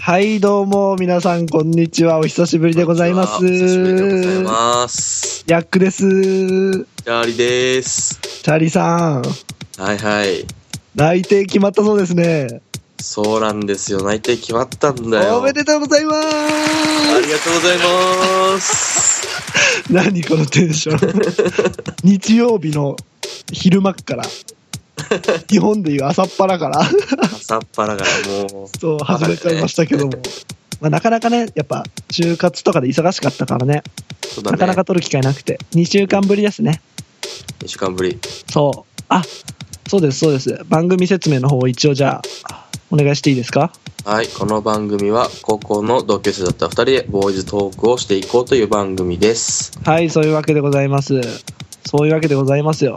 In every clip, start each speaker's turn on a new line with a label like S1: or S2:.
S1: はい、どうも、皆さん、こんにちは。お久しぶりでございます。
S2: お久しぶりでございます。
S1: ヤックです。チ
S2: チャーリーです。
S1: ャーリーさん、
S2: はいはい。
S1: 内定決まったそうですね。
S2: そうなんですよ。内定決まったんだよ。
S1: おめでとうございま
S2: ありがとうございます。
S1: す。何このテンション。 日曜日の昼間っから。日本でいう朝っぱらから。
S2: 朝っぱらからもう。
S1: そう、始めちゃいましたけども。まあ、なかなかね、やっぱ、就活とかで忙しかったからね、
S2: そうだ
S1: な
S2: ね。
S1: かなか取る機会なくて、2週間ぶりですね。
S2: 2週間ぶり。
S1: そう。あ、そうです、そうです。番組説明の方を一応じゃあ、お願いしていいですか
S2: はい。この番組は高校の同級生だった2人でボーイズトークをしていこうという番組です。
S1: はい、そういうわけでございます。そういうわけでございますよ。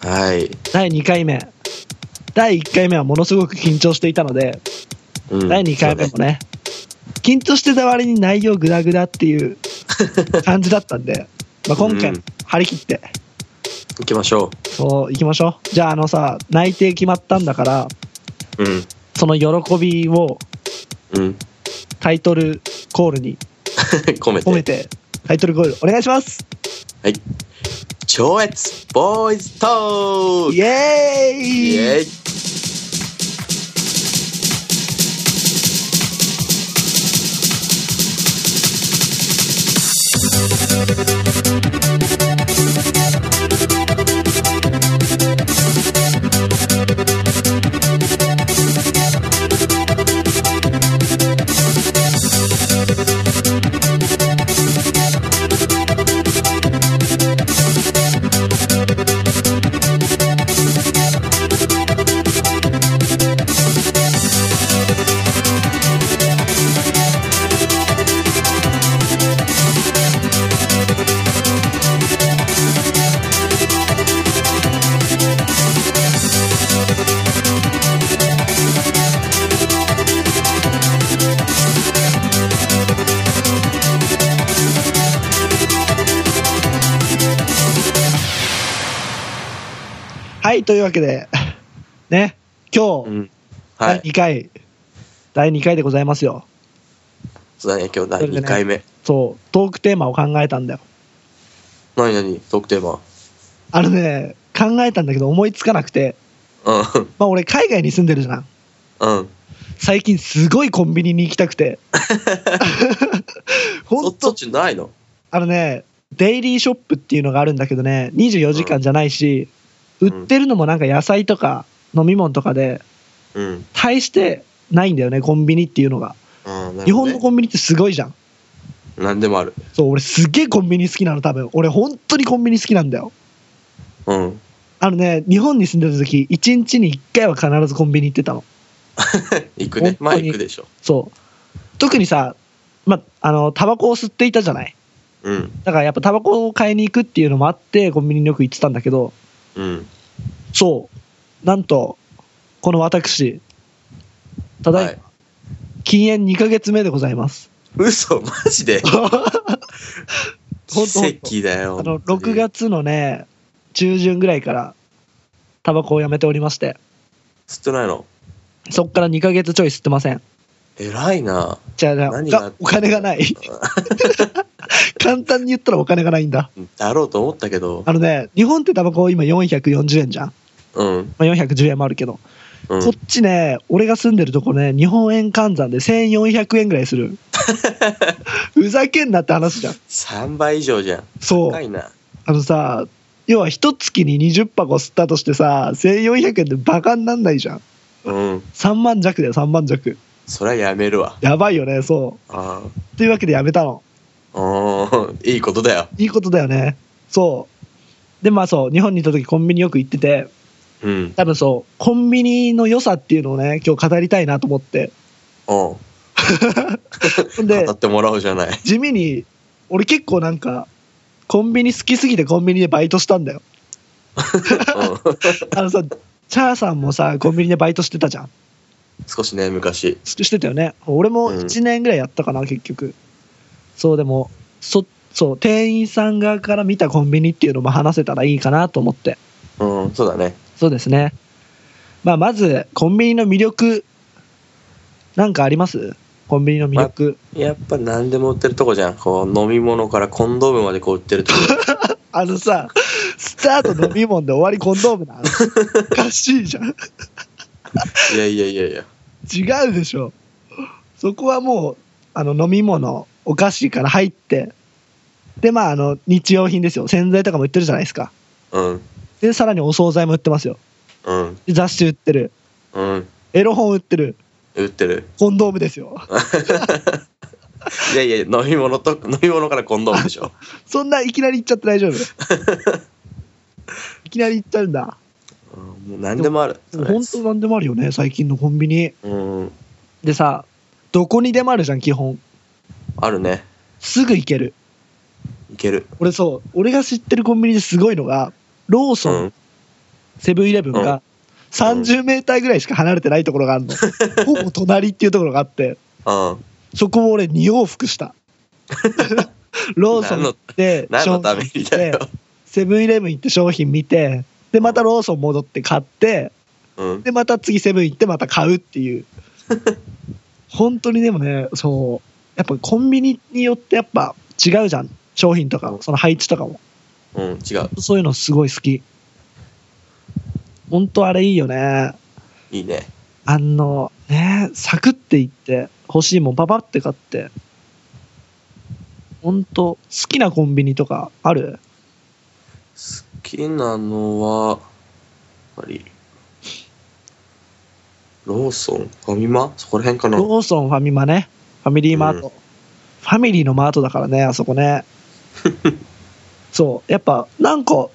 S2: はい。
S1: 第2回目。第1回目はものすごく緊張していたので、
S2: うん
S1: 第2回目もね、緊張してた割に内容グダグダっていう 感じだったんで、まあ、今回
S2: うん、
S1: 張り切って、
S2: 行きましょ
S1: そう、行きましょう。じゃあ、あのさ、内定決まったんだから、
S2: う。うん。
S1: その喜びを
S2: うん。
S1: タイトルコールに
S2: 込めて。
S1: 込めて、タイトルコールお願いします
S2: はい。超越ボーイズトーク
S1: イエーイ
S2: イエイ
S1: はい、というわけで、 ね、今日、
S2: うん。は
S1: 第
S2: い。
S1: 2回、第2回でございますよ。
S2: そうだね。今日第2回目。
S1: そう、トークテーマを考えたんだよ。
S2: 何何トークテーマ。
S1: あのね、考えたんだけど思いつかなくて、
S2: う
S1: まあ俺海外に住んでるじゃん。
S2: ん。うん。
S1: 最近すごいコンビニに行きたく て。ほ
S2: そ
S1: ん
S2: そっ
S1: と、
S2: ちないの
S1: あのね、デイリーショップっていうのがあるんだけどね、24時間じゃないし、
S2: うん
S1: 売ってるのもなんか野菜とか飲み物とかで、
S2: うん。
S1: 大してないんだよね、コンビニっていうのが。
S2: うん
S1: 日本のコンビニってすごいじゃん。
S2: 何でもある。
S1: そう、俺すげえコンビニ好きなの、多分。俺本当にコンビニ好きなんだよ。
S2: うん。
S1: あのね、日本に住んでた時、1日に1回は必ずコンビニ行ってたの。
S2: 行くね。まあ
S1: 本当に
S2: 行くでしょ。
S1: そう。特にさ、ま、あの、タバコを吸っていたじゃない。
S2: うん。
S1: だからやっぱタバコを買いに行くっていうのもあって、コンビニによく行ってたんだけど、
S2: うん。
S1: そう。なんと、この私、ただいま、
S2: はい
S1: 禁煙2ヶ月目でございます。
S2: 嘘マ ジで
S1: ほんとほんと
S2: 奇跡だよ。
S1: あの、
S2: 本当
S1: 6
S2: に。
S1: 月のね、中旬ぐらいから、タバコをやめておりまして、
S2: 吸ってないの
S1: そっから2ヶ月ちょい吸ってません。
S2: 偉いな。
S1: じゃあ、じゃあ
S2: 何があった
S1: お金が ない。簡単に言ったらお金がないんだ。
S2: だろうと思ったけど。
S1: あのね、日本ってタバコ今440円じゃん。
S2: うん。
S1: まあ、410円もあるけど、
S2: う
S1: こ
S2: ん
S1: っ。ちね、俺が住んでるとこね、日本円換算で1400円ぐらいす る。ふざけんなって話じゃん。
S2: 3倍以上じゃん。
S1: そう。
S2: 高いな。
S1: あのさ、要は一月に20箱吸ったとしてさ、1400円でバカになんないじゃん。
S2: うん。
S1: 3万弱だよ、3万弱。
S2: そりゃやめるわ。
S1: やばいよね、そ
S2: あ
S1: う。というわけでやめたの。
S2: あ。うん。いいことだよ。
S1: いいことだよね。そう。で、まあそう、日本にいた時コンビニよく行ってて、
S2: うん。
S1: 多分そう、コンビニの良さっていうのをね、今日語りたいなと思って。
S2: うん。
S1: で
S2: 語、ってもらおう じゃない。
S1: 地味に、俺結構なんか、コンビニ好きすぎてコンビニでバイトしたんだよ。
S2: うん。
S1: あのさ、チャーさんもさ、コンビニでバイトしてたじゃん。
S2: 少しね、昔。
S1: ししてたよね。俺も
S2: うん
S1: 1年ぐらいやったかな、結局。そう、でも、そ、そう、店員さん側から見たコンビニっていうのも話せたらいいかなと思って。
S2: うん。そうだね。
S1: そうですね。まあ、まず、コンビニの魅力、なんかありますコンビニの魅力、
S2: やっぱ何でも売ってるとこじゃん。こう、飲み物からコンドームまでこう売ってる とこ。
S1: あのさ、スタート飲み物で終わりコンドームなの。おかしいじゃん。
S2: いやいやいやいや。
S1: 違うでしょ。そこはもう、あの、飲み物、お菓子から入って、で、まあ、あの、日用品ですよ。洗剤とかも売ってるじゃないですか。
S2: うん、
S1: で、さらにお惣菜も売ってますよ。
S2: うん、
S1: で雑誌売ってる。
S2: うん。
S1: エロ本売ってる。
S2: 売ってる。
S1: コンドームですよ。
S2: いやいや、飲み物と、飲み物からコンドームでしょ。
S1: そんないきなり行っちゃって大 丈夫。いきなり行っちゃうんだ。
S2: うん、もう何でもある。
S1: 本当なんでもあるよね、最近のコンビニ。
S2: うん、
S1: でさ、どこにでもあるじゃん、基本。
S2: あるね。
S1: すぐ行ける。
S2: いける。
S1: 俺そう、俺が知ってるコンビニですごいのが、ロー
S2: う
S1: ソン、
S2: ん。
S1: セブンイレブンが30メーターぐらいしか離れてないところがある の。ほぼ隣っていうところがあって、
S2: うん。
S1: そこを俺2往復 した。ローソン行
S2: 何の
S1: って、
S2: 何のた
S1: 商
S2: め
S1: 品
S2: にだよ。
S1: セブンイレブン行って商品見て、で、またローソン戻って買って、
S2: うん。
S1: で、また次セブン行ってまた買うっていう。本当にでもね、そう、やっぱコンビニによってやっぱ違うじゃん。商品とかも、その配置とかも。
S2: うん、違う。
S1: そういうのすごい好き。本当あれいいよね。
S2: いいね。
S1: あの、ね、サクっていって、欲しいもんパパって買って。本当好きなコンビニとかある
S2: 好きなのは、やっぱり、ローソンファミマそこら辺かな
S1: ローソン、ファミマね。ファミリーマート。
S2: うん
S1: ファミリーのマートだからね、あそこ ね。そう。やっぱ、なんか、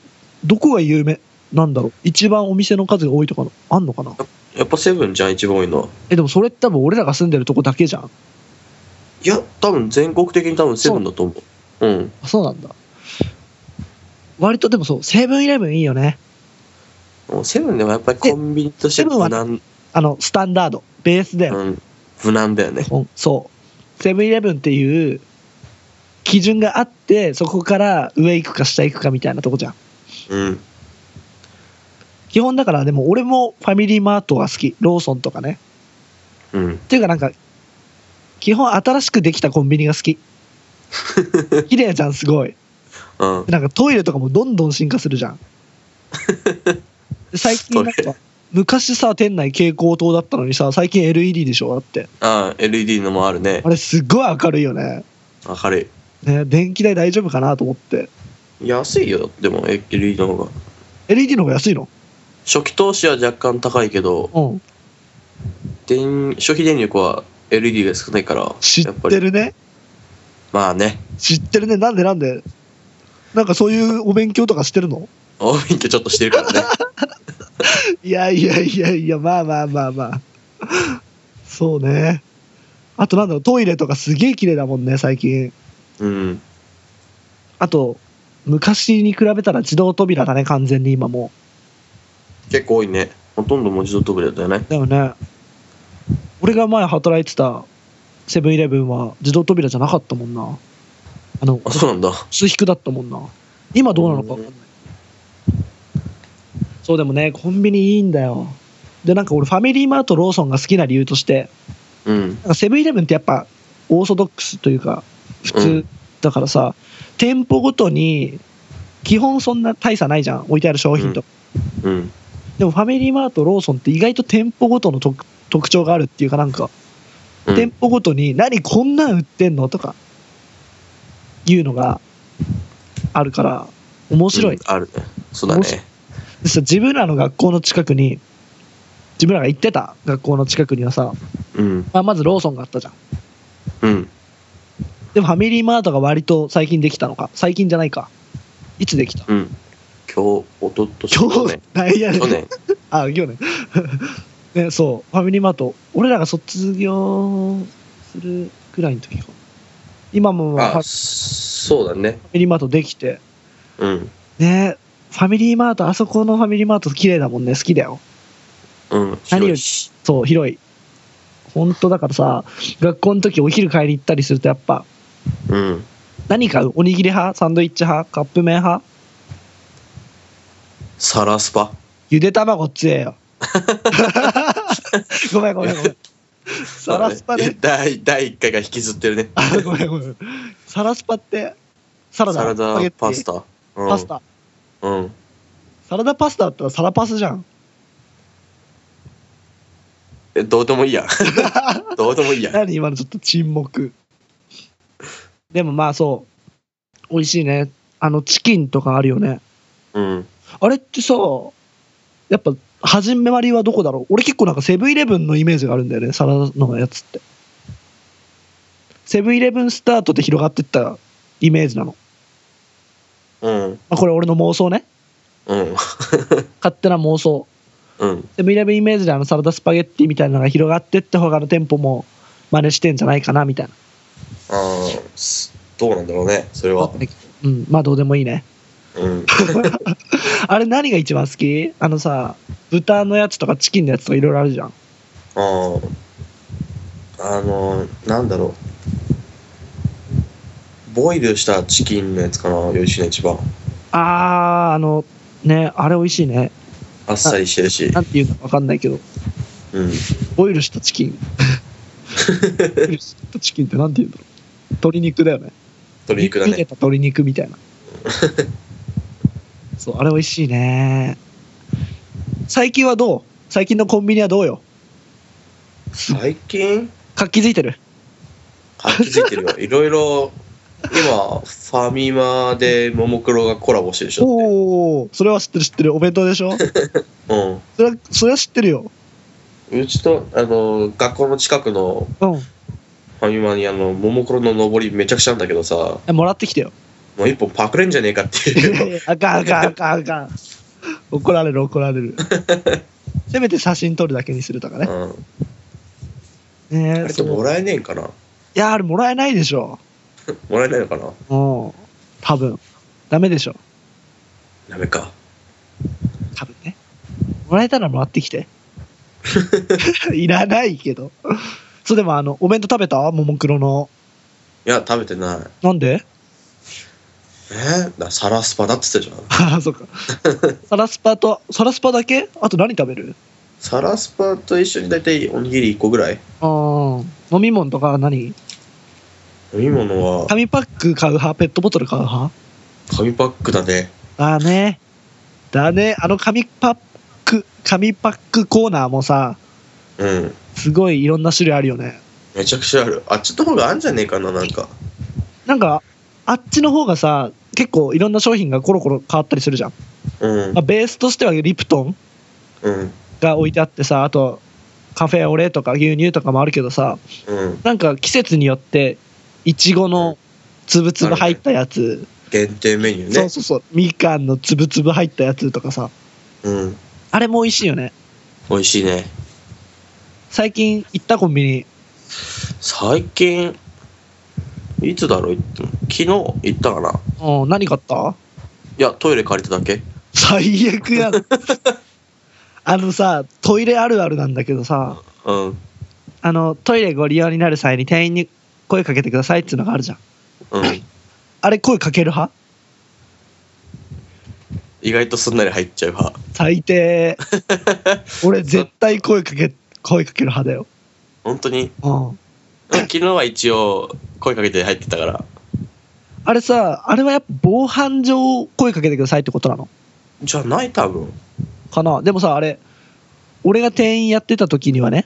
S1: どこが有名なんだろう。一番お店の数が多いとかのあんのかな
S2: やっぱセブンじゃん、一番多いのは。
S1: え、でもそれって多分俺らが住んでるとこだけじゃん。
S2: いや、多分全国的に多分セブンだと思う。うん。
S1: あそうなんだ。割とでもそう、セブンイレブンいいよね。
S2: もうセブンでもやっぱりコンビニとして
S1: セブンは
S2: 無難、
S1: あの、スタンダード、ベースだよ。
S2: うん、無難だよね。
S1: ほんそう。セブンイレブンっていう基準があって、そこから上行くか下行くかみたいなとこじゃん。
S2: うん。
S1: 基本だから、でも俺もファミリーマートが好き。ローソンとかね。
S2: うん。
S1: っていうかなんか、基本新しくできたコンビニが好 き。綺麗じゃん、すごい。
S2: うん。
S1: なんかトイレとかもどんどん進化するじゃん。で最近なん
S2: トイ
S1: か、昔さ、店内蛍光灯だったのにさ、最近 LED でしょだって。
S2: ああ、LED のもあるね
S1: あ。れすっごい明るいよね。
S2: 明る
S1: ね、電気代大丈夫かなと思って。
S2: い。安いよ、でも LED の方が。
S1: LED の方が安いの
S2: 初期投資は若干高いけど、
S1: うん。
S2: 電消費電力は LED が少ないから、
S1: 知
S2: や
S1: っ
S2: っぱ
S1: て
S2: り。
S1: るね。
S2: まあね。
S1: 知ってるね。なんでなんでなんかそういうお勉強とかしてるの
S2: お勉強ちょっとしてるからね。
S1: いやいやいやいや、まあまあまあまあ。そうね。あとなんだろう、トイレとかすげえ綺麗だもんね、最近。
S2: うん。
S1: あと、昔に比べたら自動扉だね、完全に今も
S2: 結構多いね。ほとんど文字通りだったよね
S1: う。。だよね。俺が前働いてたセブンイレブンは自動扉じゃなかったもんな。あの、
S2: あ、そうなんだ。
S1: 数低だったもんな。今どうなのか分かんない。そうでもね、コンビニいいんだよ。で、なんか俺ファミリーマート、ローソンが好きな理由として、
S2: うん。
S1: なんかセブンイレブンってやっぱオーソドックスというか、普
S2: う
S1: 通
S2: ん
S1: だからさ、店舗ごとに基本そんな大差ないじゃん、置いてある商品とか
S2: うん。
S1: でもファミリーマート、ローソンって意外と店舗ごとの特特徴があるっていうかなんか、
S2: うん
S1: 店舗ごとに何こんなん売ってんのとか、いうのがあるから、面白い。
S2: うんあるね。そうだ
S1: 面白
S2: ね。
S1: でさ自分らの学校の近くに、自分らが行ってた学校の近くにはさ、
S2: うん。
S1: まあ、まずローソンがあったじゃん。
S2: うん。
S1: でもファミリーマートが割と最近できたのか。最近じゃないか。いつできた
S2: うん。今日、おととし、
S1: 今
S2: 去
S1: 日
S2: 年。、
S1: 何やねん
S2: 去年。
S1: あ、行ね。 ね、そう、ファミリーマート、俺らが卒業するくらいの時か。今もまあフ
S2: あ、
S1: ァ
S2: そうだね。
S1: ミリーマートできて。
S2: うん。
S1: ね、ファミリーマート、あそこのファミリーマート綺麗だもんね、好きだよ。
S2: うん。
S1: 何より
S2: 広いし
S1: そう、広い。本当だからさ、学校の時お昼帰り行ったりするとやっぱ、
S2: うん。
S1: 何買うおにぎり派サンドイッチ派カップ麺派
S2: サラスパ。
S1: ゆで卵強えよ。ごめんごめんごめん。サラスパで、
S2: 第第1回が引きずってるね。
S1: あごめんごめん。サラスパって、サラダ、
S2: サラ
S1: スパゲ
S2: ダ
S1: ッティ
S2: パス。タ。うん
S1: パス。タ。
S2: うん。
S1: サラダパスタだったらサラパスじゃん。
S2: え、どうでもいいや。 どうでもいいや。
S1: 何今のちょっと沈黙。でもまあそう、美味しいね。あの、チキンとかあるよね。
S2: うん。
S1: あれってさ、やっぱ、始めまりはどこだろう俺結構なんかセブンイレブンのイメージがあるんだよね、サラダのやつって。セブンイレブンスタートで広がってったイメージなの。
S2: うん。
S1: まあ、これ俺の妄想ね。
S2: うん。
S1: 勝手な妄想。
S2: うん。
S1: セブンイレブンイメージであのサラダスパゲッティみたいなのが広がってって他の店舗も真似してんじゃないかなみたいな。
S2: ああ、すどうなんだろうね、それは。
S1: うん、まあどうでもいいね。
S2: うん。
S1: あれ何が一番好きあのさ、豚のやつとかチキンのやつとかいろいろあるじゃん。
S2: あああのなんだろうボイルしたチキンのやつかな吉野一番
S1: あー、あの、ね、あれ美味しいね。
S2: あっさりしてるし
S1: なんていうのかわかんないけど、
S2: うん
S1: ボイルしたチキン。ボイルしたチキンってなんていうんだろう。鶏肉だよね。
S2: 鶏肉だ
S1: 茹で
S2: ね
S1: た鶏肉みた いな。そう、あれ美味しいね。最近はどう最近のコンビニはどうよ
S2: 最近
S1: 活気づいてる
S2: 活気づいてるよいろいろ今ファミマでももクロがコラボしてるでしょ
S1: おおそれは知ってる知ってるお弁当でし ょ
S2: うん
S1: それはそれは知ってるよ
S2: うちとあの学校の近くの
S1: うん
S2: ファミマにあのももクロの上りめちゃくちゃあるんだけどさも
S1: えもらってきてよ
S2: う一本パクれんじゃねえかっ ていう
S1: あかんあかんあかんあかん怒られる怒ら れるせめて写真撮るだけにするとか
S2: う
S1: ね
S2: んあ
S1: ねえ
S2: れって
S1: そう
S2: も
S1: い
S2: らえねえんかな
S1: やあれもらえないでしょ
S2: もらえないのかな
S1: うん多分ダメでしょ
S2: ダメか
S1: 多分ねもらえたらもらってきていらないけどそうでもあのお弁当食べたももクロの
S2: いや、食べてない。
S1: なんで
S2: えー、だサラスパだって言ってたじゃん。
S1: ああそっかサラスパとサラスパだけあと何食べる
S2: サラスパと一緒に大体おにぎり1個ぐらい。
S1: ああ、飲み物とか何
S2: 飲み物は
S1: 紙パック買う派ペットボトル買う派
S2: 紙パックだね。
S1: だね。だね。あの紙パック、紙パックコーナーもさ、
S2: うん。
S1: すごいいろんな種類あるよね。
S2: めちゃくちゃある。あっちの方があんじゃねえかな、なんか。
S1: なんか、あっちの方がさ、結構いろんな商品がコロコロ変わったりするじゃん。
S2: うん
S1: まあ、。ベースとしてはリプトン
S2: うん。
S1: が置いてあってさ、あとカフェオレとか牛乳とかもあるけどさ、
S2: うん。
S1: なんか季節によって、いちごのつぶつぶ入ったやつ、
S2: 限定メニューね。
S1: そうそうそう、みかんのつぶつぶ入ったやつとかさ、
S2: うん。
S1: あれも美味しいよね。
S2: 美味しいね。
S1: 最近行ったコンビニ。
S2: 最近、いつだろう、行ったの昨日行ったかな。
S1: うん、何買った
S2: いや、トイレ借りただけ。
S1: 最悪やん。あのさ、トイレあるあるなんだけどさ、
S2: うん。
S1: あの、トイレご利用になる際に店員に声かけてくださいっていうのがあるじゃん。
S2: うん。
S1: あれ声かける派
S2: 意外とすんなり入っちゃう派。
S1: 最低。俺絶対声かけ、声かける派だよ。
S2: 本当に。
S1: うん。
S2: 昨日は一応、声かけて入ってたから。
S1: あれさ、あれはやっぱ防犯上声かけてくださいってことなの
S2: じゃない、多分。
S1: かなでもさ、あれ、俺が店員やってた時にはね、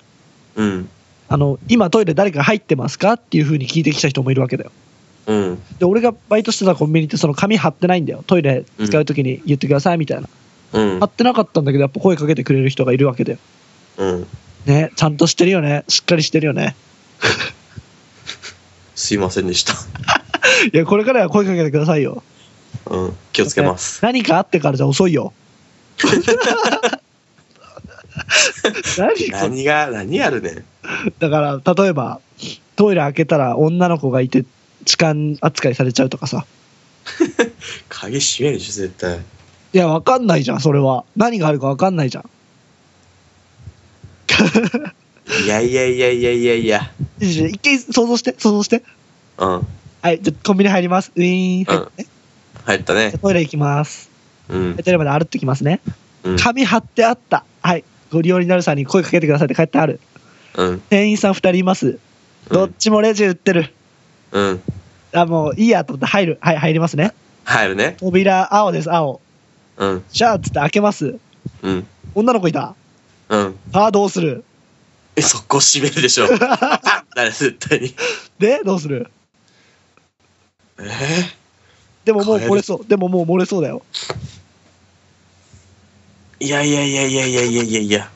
S2: うん。
S1: あの、今トイレ誰か入ってますかっていう風に聞いてきた人もいるわけだよ。
S2: うん。
S1: で、俺がバイトしてたコンビニってその紙貼ってないんだよ。トイレ使う時に言ってくださいみたいな。
S2: うん
S1: 貼。ってなかったんだけど、やっぱ声かけてくれる人がいるわけだよ。
S2: うん。
S1: ね、ちゃんとしてるよね。しっかりしてるよね。
S2: すいませんでした。
S1: いや、これからは声かけてくださいよ。
S2: うん。気をつけます。
S1: 何かあってからじゃ遅いよ。 何これ
S2: 何が、何やるねん。
S1: だから、例えば、トイレ開けたら女の子がいて、痴漢扱いされちゃうとかさ。
S2: 鍵閉めるでしょ、絶対。
S1: いや、わかんないじゃん、それは。何があるかわかんないじゃん。
S2: いやいやいやいやいやいや。
S1: 一回想像して、想像して。
S2: うん。
S1: はい、じゃあコンビニ入ります。ウィーン、入って。
S2: 入ったね
S1: じゃあ。トイレ行きます。
S2: うん。
S1: トイレまで歩ってきますね。
S2: うん。
S1: 紙貼ってあった。はい。ご利用になる際に声かけてくださいって書いてある。
S2: うん。
S1: 店員さん2人います。どっちもレジ売ってる。
S2: うん。
S1: あ、もういいやと思って入る。はい、入りますね。
S2: 入るね。
S1: 扉、青です、青。
S2: うん。
S1: じゃあ、つって開けます。
S2: うん。
S1: 女の子いた。
S2: うん。
S1: さあ、どうする
S2: え、そこ閉めるでしょ。 パンだね、絶対に。
S1: で、どうする
S2: え
S1: でももう
S2: 帰る
S1: 漏れそう。でももう漏れそうだよ。
S2: ー、いやいやいやいやいやいやいやいや。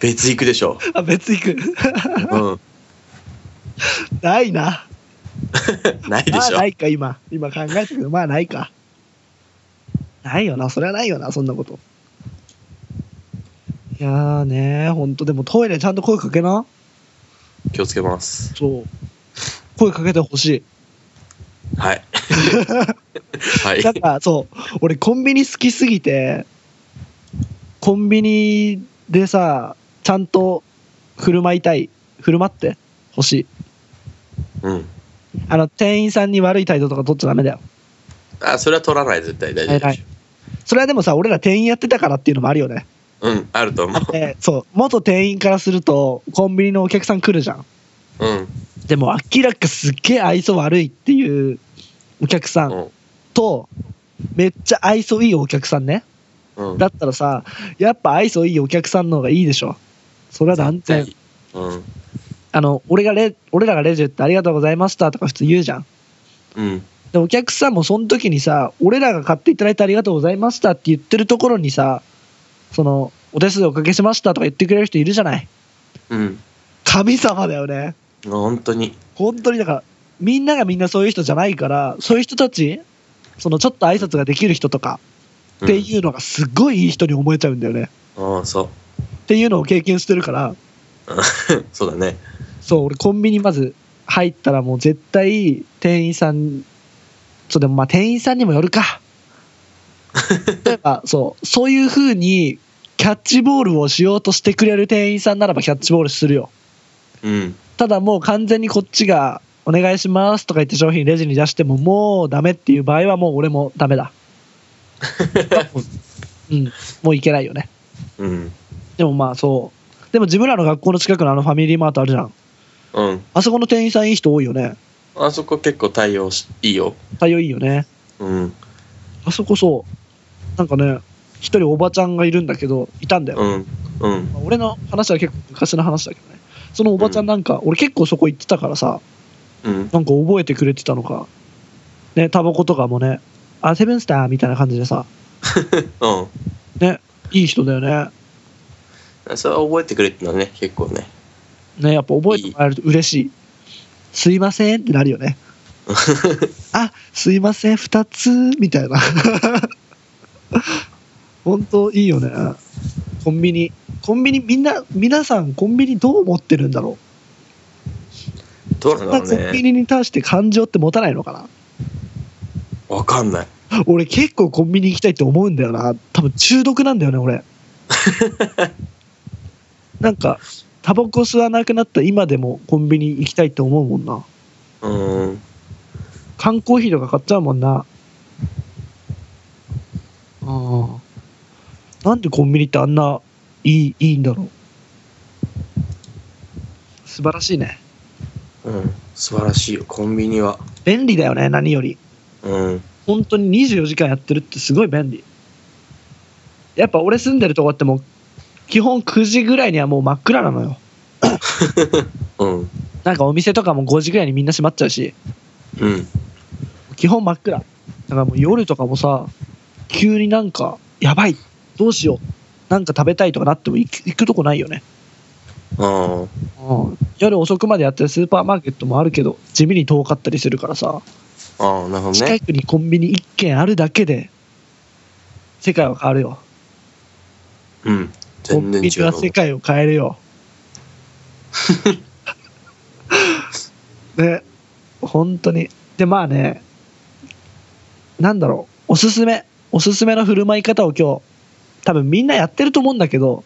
S2: 別行くでしょ。
S1: あ、別行く。
S2: うん。
S1: ないな。
S2: ないで
S1: まあ、
S2: しょ
S1: な。いか、今。今考えたけど、まあ、ないか。ないよな。それはないよな、そんなこと。いやーねほんと、でもトイレちゃんと声かけな。
S2: 気をつけます。
S1: そう。声かけてほしい。
S2: はい。 はい
S1: なん。かそう俺コンビニ好きすぎてコンビニでさちゃんと振る舞いたい振る舞ってほしい
S2: うん。
S1: あの店員さんに悪い態度とか取っちゃダメだよ
S2: あ、それは取らない、絶対大丈夫でし
S1: それはでもさ俺ら店員やってたからっていうのもあるよね
S2: ょ。うん、あると思う。
S1: でそう元店員からするとコンビニのお客さん来るじゃん
S2: うん。
S1: でも明らかすっげえ愛想悪いっていうお客さん
S2: うん。
S1: とめっちゃ愛想いいお客さんね
S2: うん。
S1: だったらさ、やっぱ愛想いいお客さんの方がいいでしょ。それは断然。
S2: うん。
S1: あの、俺がレ、俺らがレジ打ってありがとうございましたとか普通言うじゃん。
S2: うん。
S1: で、お客さんもその時にさ、俺らが買っていただいてありがとうございましたって言ってるところにさ、その、お手数おかけしましたとか言ってくれる人いるじゃない。
S2: うん。
S1: 神様だよね。
S2: 本当に。
S1: 本当にだから、みんながみんなそういう人じゃないから、そういう人たち、そのちょっと挨拶ができる人とか
S2: うん
S1: っていうのがすっごいいい人に思えちゃうんだよね。
S2: うん、そう。
S1: っていうのを経験してるから、
S2: うん そうだね。
S1: そう、俺コンビニまず入ったらもう絶対店員さん、そうでもまあ店員さんにもよるか。例えば、そう、そういう風にキャッチボールをしようとしてくれる店員さんならばキャッチボールするよ。
S2: うん。
S1: ただもう完全にこっちがお願いしますとか言って商品レジに出してももうダメっていう場合はもう俺もダメだ。うん、もういけないよね。
S2: うん。
S1: でもまあそう。でも自分らの学校の近くのあのファミリーマートあるじゃん。
S2: うん。
S1: あそこの店員さんいい人多いよね。
S2: あそこ結構対応し、いいよ。
S1: 対応いいよね。
S2: うん。
S1: あそこそう、なんかね、一人おばちゃんがいるんだけど、いたんだよ。
S2: うん。うん。
S1: まあ俺の話は結構昔の話だけどね。そのおばちゃんなんか、俺結構そこ行ってたからさ、
S2: うん。
S1: なんか覚えてくれてたのか、ね、タバコとかもね、あ、セブンスターみたいな感じでさ、
S2: うん。
S1: ね、いい人だよね。
S2: それは覚えてくれってのはね、結構ね。
S1: ね、やっぱ覚えてもらえると嬉しい。すいませんってなるよ ね。あ、すいません、二つ、みたいな。 本当いいよね。コンビニ。コンビニ、みんな、皆さんコンビニどう思ってるんだろ
S2: どう
S1: う。
S2: なん
S1: コ
S2: だろ
S1: ン
S2: う
S1: ビ
S2: ね。
S1: ニに対して感情って持たないのかな。
S2: わかんない。
S1: 俺結構コンビニ行きたいって思うんだよな。多分中毒なんだよね、 俺。なんか、タバコ吸わなくなった今でもコンビニ行きたいって思うもんな。
S2: うん。
S1: 缶コーヒーとか買っちゃうもんな。ああ。なんでコンビニってあんないい、いいんだろう。素晴らしいね。
S2: うん。素晴らしいよ、コンビニは。
S1: 便利だよね、何より。
S2: うん。
S1: 本当に24時間やってるってすごい便利。やっぱ俺住んでるとこってもう、基本9時ぐらいにはもう真っ暗なのよ。
S2: うん。
S1: なんかお店とかも5時ぐらいにみんな閉まっちゃうし、
S2: うん。
S1: 基本真っ暗。だからもう夜とかもさ、急になんか、やばい、どうしよう、なんか食べたいとかなっても行く行くとこないよね。
S2: あ
S1: うん、夜遅くまでやってるスーパーマーケットもあるけど、地味に遠かったりするからさ、
S2: あ。ああ、なるほど
S1: 近
S2: ね。
S1: くにコンビニ1軒あるだけで、世界は変わるよ。
S2: うん。
S1: コン
S2: 全
S1: ビニ
S2: 然違
S1: は
S2: うと思
S1: 世界を変えるよ。ね、本当に。で、まあね、なんだろう、おすすめ、おすすめの振る舞い方を今日、多分みんなやってると思うんだけど、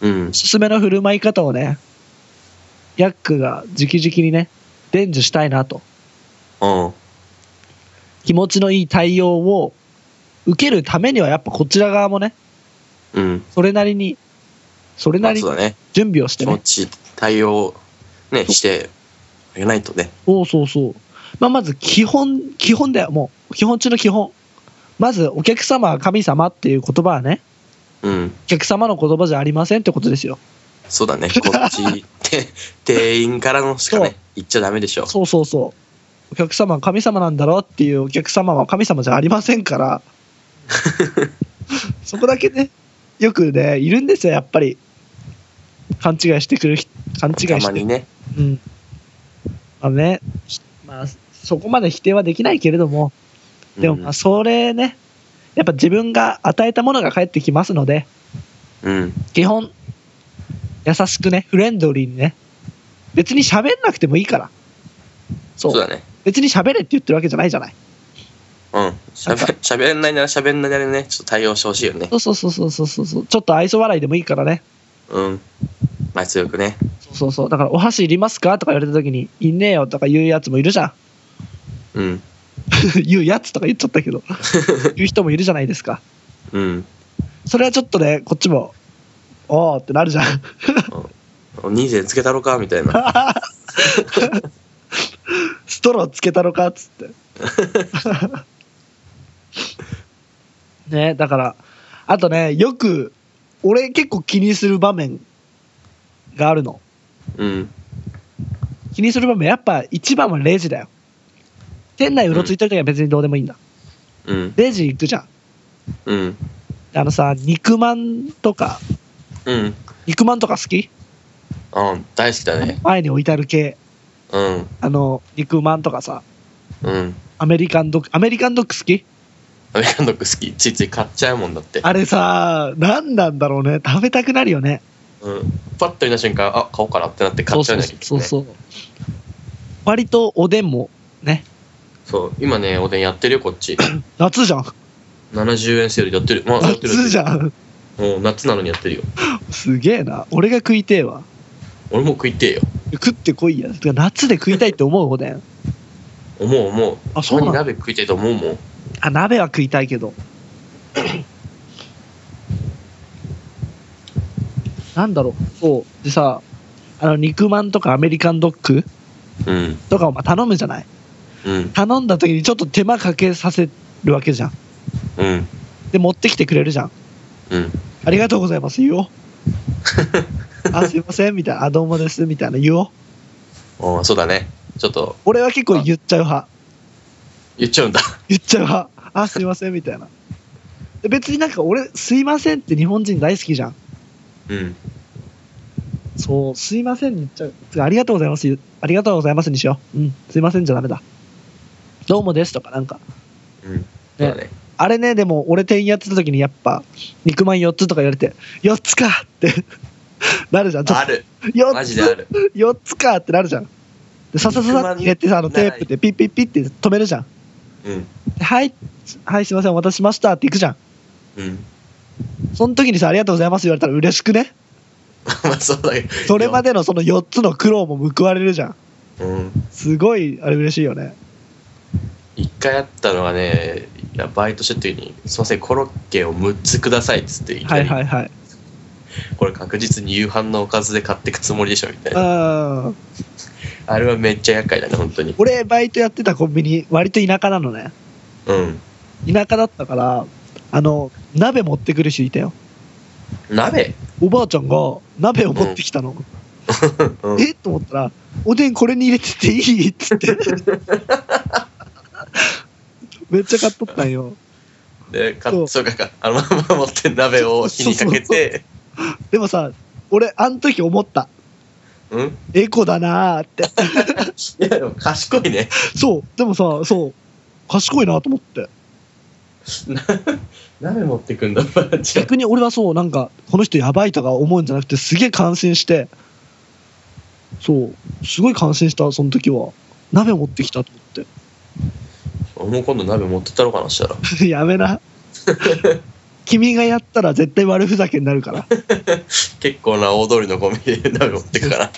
S2: う。うん
S1: お。すすめの振る舞い方をね、ヤックが直々にね、伝授したいなと。
S2: うん。
S1: 気持ちのいい対応を受けるためには、やっぱこちら側もね、
S2: うん。
S1: それなりにそれ
S2: ま
S1: な
S2: あ
S1: りに
S2: そうだね。
S1: 準備をして
S2: 気
S1: ね
S2: 持ち、対応、ね、してあげないとね。
S1: そうそうそう。まあ、まず基本、基本だよ、もう。基本中の基本。まず、お客様、神様っていう言葉はね、
S2: うん。
S1: お客様の言葉じゃありませんってことですよ。
S2: そう だね。こっち、て店員からのしかね、言っちゃダメでしょ。
S1: そうそうそう。お客様は神様なんだろうっていうお客様は神様じゃありませんから。 そこだけね、よくね、いるんですよ、やっぱり。勘違いしてくる人、勘違い
S2: たま
S1: して
S2: にね。
S1: うん。まあね、ひまあ、そこまで否定はできないけれども、でもまあ、それね、やっぱ自分が与えたものが返ってきますので、
S2: うん。
S1: 基本、優しくね、フレンドリーにね、別に喋んなくてもいいから。そ
S2: そう
S1: う。
S2: だね。
S1: 別に喋れって言ってるわけじゃないじゃない。
S2: うん。しゃべ
S1: なん
S2: しゃべんないならしゃべんないならね、ちょっと対応してほしいよね。
S1: そうそうそうそうそうそうそう。ちょっと愛想笑いでもいいからね。
S2: うん。まあ強くね。
S1: そうそうそう。だから、お箸いりますかとか言われた時に、いねえよとか言うやつもいるじゃん。
S2: うん。
S1: 言うやつとか言っちゃったけ ど、言う人もいるじゃないですか。
S2: うん。
S1: それはちょっとね、こっちも、おーってなるじゃん。
S2: 人生つけたろかみたいな。
S1: ストローつけたのかっつって。ねだから、あとね、よく、俺結構気にする場面があるの。
S2: うん。
S1: 気にする場面、やっぱ一番はレジだよ。店内うろついてる時は別にどうでもいいんだ。
S2: うん。
S1: レジ行くじゃん。
S2: うん。
S1: あのさ、肉まんとか、
S2: うん。
S1: 肉まんとか好き
S2: うん。大好きだね。
S1: 前に置いてある系。
S2: うん。
S1: あの、肉まんとかさ、
S2: うん。
S1: アメリカンドッグ、アメリカンドッグ好き
S2: アメリカンドッグ好き。ついつい買っちゃうもんだって。
S1: あれさ、何なんだろうね。食べたくなるよね。
S2: うん。パッと見た瞬間、あ、買おうかなってなって買っちゃうんだけど、ね。
S1: そうそうそう割とおでんもね
S2: そう今ね、おでんやってるよ、こっち。
S1: 夏じゃん
S2: 70円セールやってる。まあ、やってる。
S1: 夏じゃん
S2: もう夏なのにやってるよ。
S1: すげえな俺が食いてえわ
S2: 俺も食いてえよ。
S1: 食ってこいやてか夏で食いたいって思うおでん
S2: 思う思う。
S1: あそうなの
S2: 何鍋食いてえと思うもん。
S1: あ鍋は食いたいけ どなんだろうそうでさあの肉まんとかアメリカンドッグ
S2: うん。
S1: とかをまあ頼むじゃない
S2: うん。
S1: 頼んだ時にちょっと手間かけさせるわけじゃん
S2: うん。
S1: で持ってきてくれるじゃん
S2: うん。
S1: ありがとうございます、言おう。あ、すいません、みたいな。あ、どうもです、みたいな。言おう。
S2: ああ、そうだね。ちょっと、
S1: 俺は結構言っちゃう派。
S2: 言っちゃうんだ。
S1: 言っちゃう派。あ、すいません、みたいな。で別になんか俺、すいませんって日本人大好きじゃん。
S2: うん。
S1: そう、すいませんに言っちゃう。つかありがとうございます、言うありがとうございますにしよう。うん、すいませんじゃダメだ。どうもですとか、なんか。
S2: うん。そうだね。
S1: あれね、でも俺店員やってた時にやっぱ、肉まん4つとか言われて、4つかって なるじゃん。ちょっ
S2: あ
S1: と
S2: る。
S1: 4
S2: マジ
S1: つ
S2: である。
S1: 4つかってなるじゃん。で、ささささって入れてさ、あのテープでピッピッピッって止めるじゃん。
S2: うん。
S1: ではい、はい、すいません、お待たせしましたって行くじゃん。
S2: うん。
S1: その時にさ、ありがとうございますって言われたら嬉しくね。
S2: まあ、そうだけど。
S1: それまでのその4つの苦労も報われるじゃん。
S2: うん。
S1: すごい、あれ嬉しいよね。
S2: 一回あったのがね、いやバイトしてる時に、すいません、コロッケを6つくださいっつって、いき
S1: は
S2: ないり
S1: はいはい。
S2: これ確実に夕飯のおかずで買ってくつもりでしょみたいな。
S1: うん。
S2: あれはめっちゃ厄介だね、本当に。
S1: 俺、バイトやってたコンビニ、割と田舎なのね。
S2: うん。
S1: 田舎だったから、あの、鍋持ってくる人いたよ。
S2: 鍋
S1: おばあちゃんが鍋を持ってきたの。
S2: うん。
S1: えっと思ったら、おでんこれに入れてていいっつって。 めっちゃ買っとったんよ。
S2: で、か
S1: そう
S2: そうかか、あのまま持って鍋を火にかけて、
S1: でもさ、俺、あの時思った。
S2: うん。
S1: エコだなーって。
S2: いや、でも賢いね。
S1: そう、でもさ、そう、賢いなと思って。
S2: 鍋持ってくんだ、ばあちゃん。
S1: 逆に俺はそう、なんか、この人やばいとか思うんじゃなくて、すげえ感心して、そう、すごい感心した、その時は。鍋持ってきたと思っ
S2: もう今度鍋持ってったろうかな、したら。
S1: て。 やめ な。君がやったら絶対悪ふざけになるから。
S2: 結構な大通りのゴミで鍋持ってく から。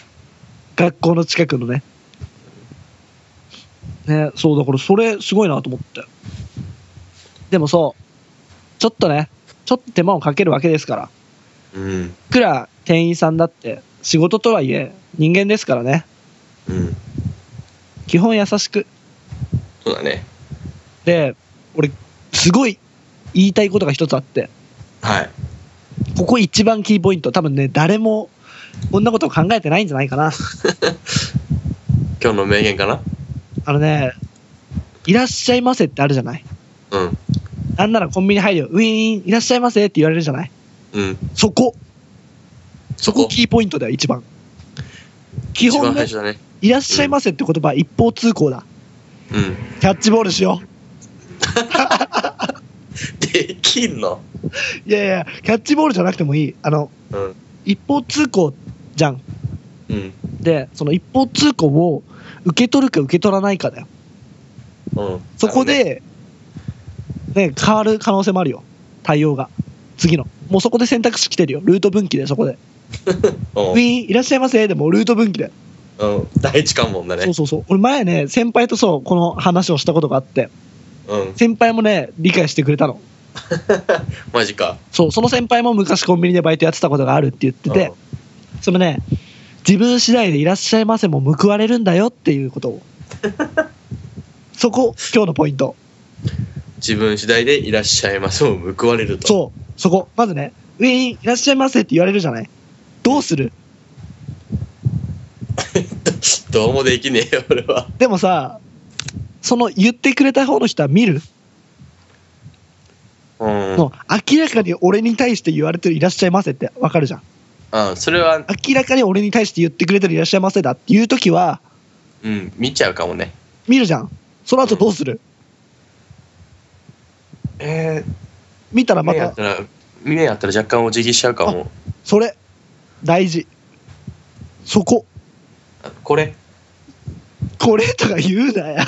S1: 学校の近くのね。ね、そう、だからそれすごいなと思って。でもそう、ちょっとね、ちょっと手間をかけるわけですから、
S2: うん。
S1: いくら店員さんだって、仕事とはいえ、人間ですからね。
S2: うん。
S1: 基本優しく。
S2: そうだね。
S1: で、俺、すごい言いたいことが一つあって、
S2: はい。
S1: ここ一番キーポイント。多分ね、誰も、こんなことを考えてないんじゃないかな。
S2: 今日の名言かな
S1: あのね、いらっしゃいませってあるじゃない。
S2: うん。
S1: なんならコンビニ入るよ。ウィーン、いらっしゃいませって言われるじゃない。
S2: うん。
S1: そこ、
S2: そ
S1: ここ
S2: こ。
S1: キーポイントだよ、一番。基
S2: 一
S1: 本
S2: 番最
S1: ね、
S2: 初だね。
S1: いらっしゃいませって言葉、一方通行だ。
S2: うん。
S1: キャッチボールしよう。
S2: できんの
S1: いやいや、キャッチボールじゃなくてもいい。あの、
S2: うん。
S1: 一方通行じゃん。
S2: うん。
S1: で、その一方通行を受け取るか受け取らないかだよ。
S2: うん。
S1: そこで、ね、変わる可能性もあるよ。対応が。次の。もうそこで選択肢来てるよ。ルート分岐で、そこで。
S2: あの
S1: ウィー
S2: ね、
S1: ン、いらっしゃいませ。でも、ルート分岐で。
S2: うん。うん。第一関門だ
S1: そ
S2: ね
S1: う。そうそう。俺前ね、先輩とそう、この話をしたことがあって、
S2: うん。
S1: 先輩もね、理解してくれたの。
S2: マジか。
S1: そう、その先輩も昔コンビニでバイトやってたことがあるって言ってて、
S2: うん
S1: そのね、自分次第でいらっしゃいませも報われるんだよっていうこと を。そこ、今日のポイント。
S2: 自分次第でいらっしゃいますを報われると。
S1: そう、そこ。まずね、ウィーン、いらっしゃいませって言われるじゃない。どうする
S2: う。 どうもできねえよ、 俺は。
S1: でもさ、その言ってくれた方の人は見る、
S2: うん。
S1: もう明らかに俺に対して言われてるいらっしゃいませってわかるじゃん。
S2: うん。それは、
S1: 明らかに俺に対して言ってくれてるいらっしゃいませだっていう時は、
S2: うん。見ちゃうかもね。
S1: 見るじゃん。その後どうする
S2: え
S1: 見たら
S2: ー、
S1: ま、
S2: 目あったたら、目あったら若干お辞儀しちゃうかも。
S1: それ、大事。そこ、
S2: これ
S1: これとか言うなよ。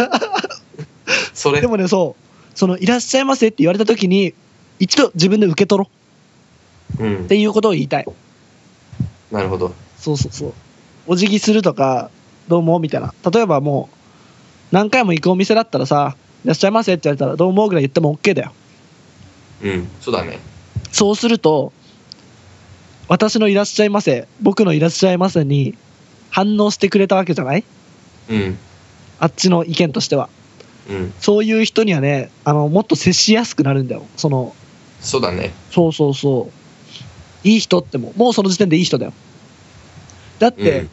S2: それ
S1: でもね、そう、その、いらっしゃいませって言われた時に、一度自分で受け取ろ
S2: う
S1: うんって。いうことを言いたい。
S2: なるほど。
S1: そうそうそう。お辞儀するとか、どうも、みたいな。例えばもう、何回も行くお店だったらさ、いらっしゃいませって言われたら、どうもぐらい言っても OK だよ。
S2: うん。そうだね。
S1: そうすると、私のいらっしゃいませ、僕のいらっしゃいませに反応してくれたわけじゃない
S2: うん。
S1: あっちの意見としては。
S2: うん。
S1: そういう人にはね、あの、もっと接しやすくなるんだよ。その、
S2: そうだね。
S1: そうそうそう。いい人ってもう、もうその時点でいい人だよ。だっ
S2: う
S1: て、
S2: ん。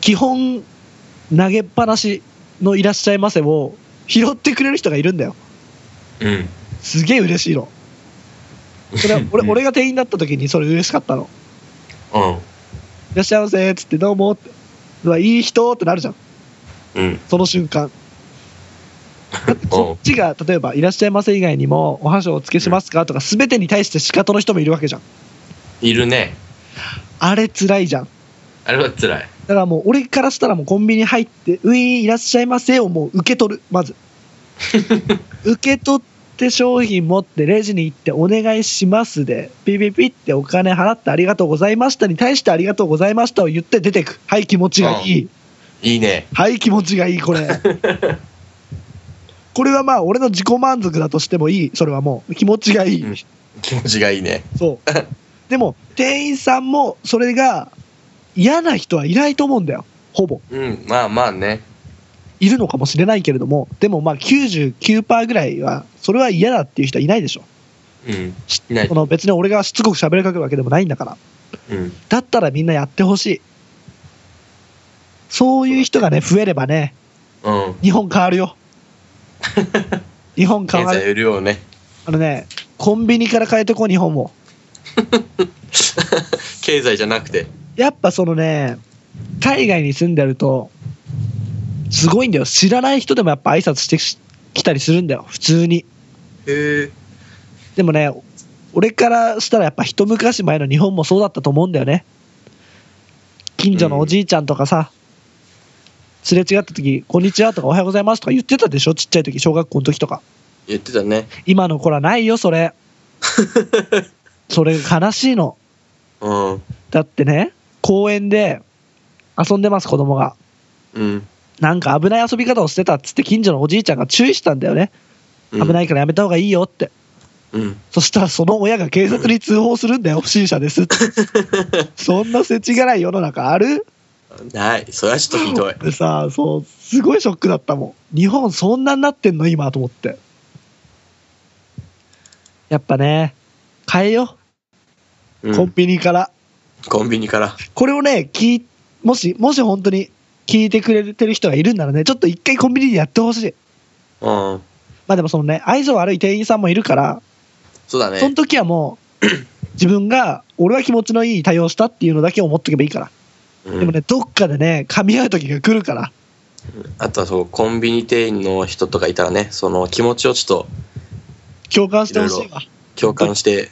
S1: 基本、投げっぱなしのいらっしゃいませを拾ってくれる人がいるんだよ。
S2: うん。
S1: すげえ嬉しいの。そ れは俺
S2: うん
S1: 俺が店員だった時にそれ嬉しかったの。いらっしゃいませっつって、どうもって。うわ、いい人ってなるじゃん。
S2: うん。 うん。
S1: その瞬間。こっちが、例えば、いらっしゃいませ以外にも、お箸をお付けしますかとか、すべてに対して仕方の人もいるわけじゃん。
S2: いるね。
S1: あれ辛いじゃん。
S2: あれは辛い。
S1: だからもう、俺からしたらもうコンビニ入って、ウィーンいらっしゃいませをもう受け取る、ま ず。受け取って商品持ってレジに行ってお願いしますで、ピピピってお金払ってありがとうございましたに対してありがとうございましたを言って出てく。はい、気持ちがいい。
S2: いいね。
S1: はい、気持ちがいい、こ れ。これはまあ、俺の自己満足だとしてもいい。それはもう、気持ちがいい。
S2: うん気持ちがいいね。
S1: そう。でも、店員さんも、それが、嫌な人はいないと思うんだよ。ほぼ。
S2: うん。まあまあね。
S1: いるのかもしれないけれども、でもまあ99%ぐらいは、それは嫌だっていう人はいないでしょ。
S2: うん。いない
S1: そ。の別に俺がしつこく喋りかけるわけでもないんだから。
S2: うん。
S1: だったらみんなやってほしい。そういう人がね、増えればね、
S2: うん。
S1: 日本変わるよ。日本変
S2: 現
S1: わる
S2: 在。よりをね。
S1: あのね、コンビニから変えてこう、日本を。
S2: 経済じゃなくて。
S1: やっぱそのね、海外に住んでると、すごいんだよ。知らない人でもやっぱ挨拶してしきたりするんだよ。普通に。
S2: へえ。
S1: でもね、俺からしたらやっぱ一昔前の日本もそうだったと思うんだよね。近所のおじいちゃんとかさ、すれ違った時、こんにちはとかおはようございますとか言ってたでしょちっちゃい時、小学校の時とか。
S2: 言ってたね。
S1: 今の子らないよ、それ。それ悲しいの。
S2: うん。
S1: だってね、公園で遊んでます、子供が。
S2: うん。。
S1: なんか危ない遊び方をしてたっつって近所のおじいちゃんが注意したんだよね。危ないいからやめた方がいいよって。
S2: うん。
S1: そしたらその親が警察に通報するんだよ、不審者ですって。そんな世知辛い世の中ある
S2: ない。それはちょっとひどい。
S1: でさ、そう、すごいショックだったもん。日本そんなになってんの今と思って。やっぱね、変えよう、
S2: う
S1: コン
S2: ん、
S1: ビニから。
S2: コンビニから。
S1: これをね、聞い、もし、もし本当に聞いてくれてる人がいるんならね、ちょっと一回コンビニでやってほしい。
S2: うん。
S1: まあでもそのね、愛想悪い店員さんもいるから、
S2: そうだね。
S1: その時はもう、 自分が、俺は気持ちのいい対応したっていうのだけ思っとけばいいから。
S2: うん
S1: でもね、どっかでね、噛み合う時が来るから。
S2: あとはそう、コンビニ店員の人とかいたらね、その気持ちをちょっと
S1: 共感してほしいわ。
S2: 共感して、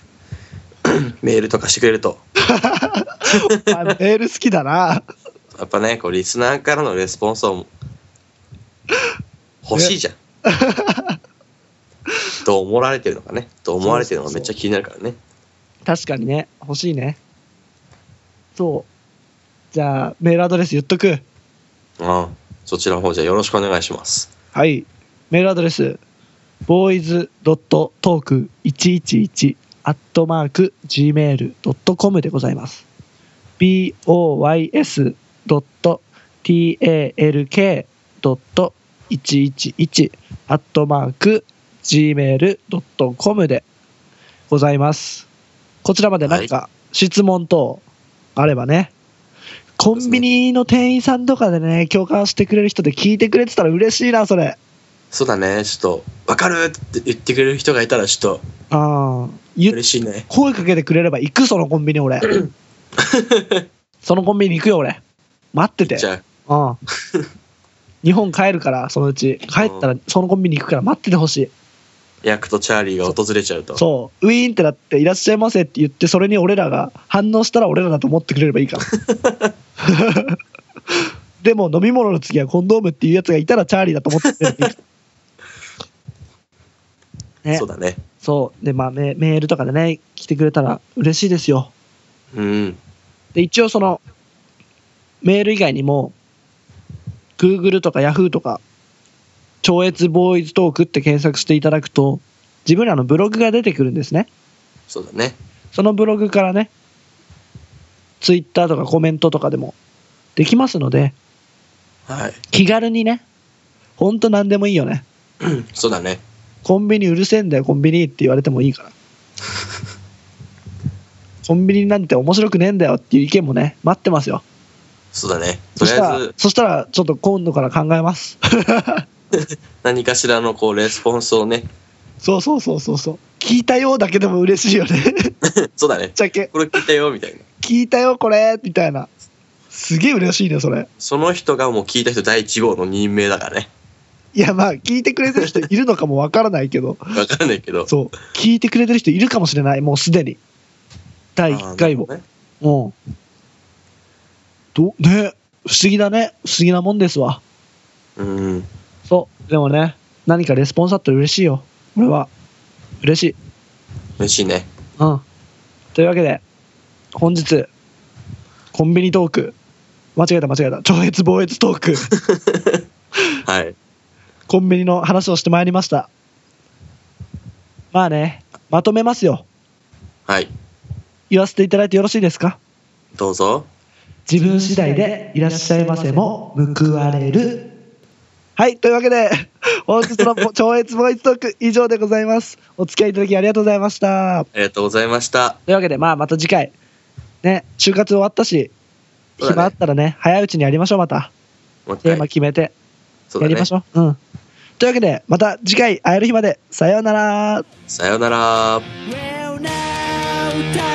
S2: メールとかしてくれると、
S1: あメール好きだな。
S2: やっぱね、こう、リスナーからのレスポンスを欲しいじゃん。どう思われてるのかね。どう思われてるのがめっちゃ気になるからね。
S1: 確かにね、欲しいね。そう。じゃあ、メールアドレス言っとく。
S2: ああそちらの方じゃよろしくお願いします。
S1: はい。メールアドレス、boys.talk111-gmail.com でございます。boys.talk.111-gmail.com でございます。こちらまで何か質問等あればね、コンビニの店員さんとかでね、共感してくれる人で聞いてくれてたら嬉しいな、それ。
S2: そうだね、ちょっと、わかるって言ってくれる人がいたら、ちょっと、
S1: ああ、言
S2: 嬉しいね。
S1: 声かけてくれれば行く、そのコンビニ 俺。そのコンビニ行くよ俺。待ってて。
S2: じゃあ、
S1: うん。 日本帰るから、そのうち。帰ったら、そのコンビニ行くから待っててほしい。
S2: ヤクとチャーリーが訪れちゃうと。
S1: そう。ウィーンってなって、いらっしゃいませって言って、それに俺らが反応したら俺らだと思ってくれればいいから。 でも飲み物の次はコンドームっていうやつがいたらチャーリーだと思ってくれればいいから。ね
S2: そう。だね。
S1: そう。で、まあメ、メールとかでね、来てくれたら嬉しいですよ。
S2: うん。
S1: で、一応その、メール以外にも、Google とか Yahoo とか、超越ボーイズトークって検索していただくと、自分らのブログが出てくるんですね。
S2: そうだね。
S1: そのブログからね、Twitter とかコメントとかでもできますので、
S2: はい。
S1: 気軽にね、ほんと何でもいいよね。
S2: そうだね。
S1: コンビニうるせえんだよ、コンビニって言われてもいい から。コンビニなんて面白くねえんだよっていう意見もね、待ってますよ。
S2: そうだね。
S1: そ
S2: とり
S1: した
S2: あ
S1: ら
S2: えず、、
S1: そしたら、ちょっと今度から考えます。
S2: 何かしらのこう、レスポンスをね。
S1: そうそうそうそうそう。聞いたよだけでも嬉しいよね。ぶっ
S2: そうだね。
S1: ちゃけ、
S2: これ聞いたよ、みたいな。
S1: 聞いたよこれみたいな。すげえ嬉しいね、それ。
S2: その人がもう聞いた人第一号の任命だからね。
S1: いや、まあ、聞いてくれてる人いるのかもわからないけ ど、
S2: わかんないけど。
S1: そう、聞いてくれてる人いるかもしれない、もうすでに。第1回を。
S2: あーなる
S1: うん。ど、ね、不思議だね。不思議なもんですわ。
S2: ほどね。うん。
S1: そう、でもね、何かレスポンスあったら嬉しいよ。俺は。嬉しい。
S2: 嬉しいね。
S1: うん。というわけで、本日、コンビニトーク、間違えた間違えた、超越防越トー ク、
S2: はい。
S1: コンビニの話をしてまいりました。まあね、まとめますよ。
S2: はい。
S1: 言わせていただいてよろしいですか
S2: どうぞ。
S1: 自分次第でいらっしゃいませも報われる。はい、というわけで、 本日の超越防越トーク以上でございます。お付き合いいただきありがとうございました。
S2: ありがとうございました。
S1: というわけで、まあ、また次回、ね、就活終わったし、
S2: そうだね
S1: 暇あったらね、早いうちにやりましょう、また。
S2: もう一
S1: テ
S2: 回
S1: ーマ決めて、
S2: そう
S1: や
S2: だ
S1: り
S2: ね
S1: まし。ょう。うん。というわけで、また次回会える日まで、さようなら。
S2: さようなら。
S3: Well now, time.
S1: e e e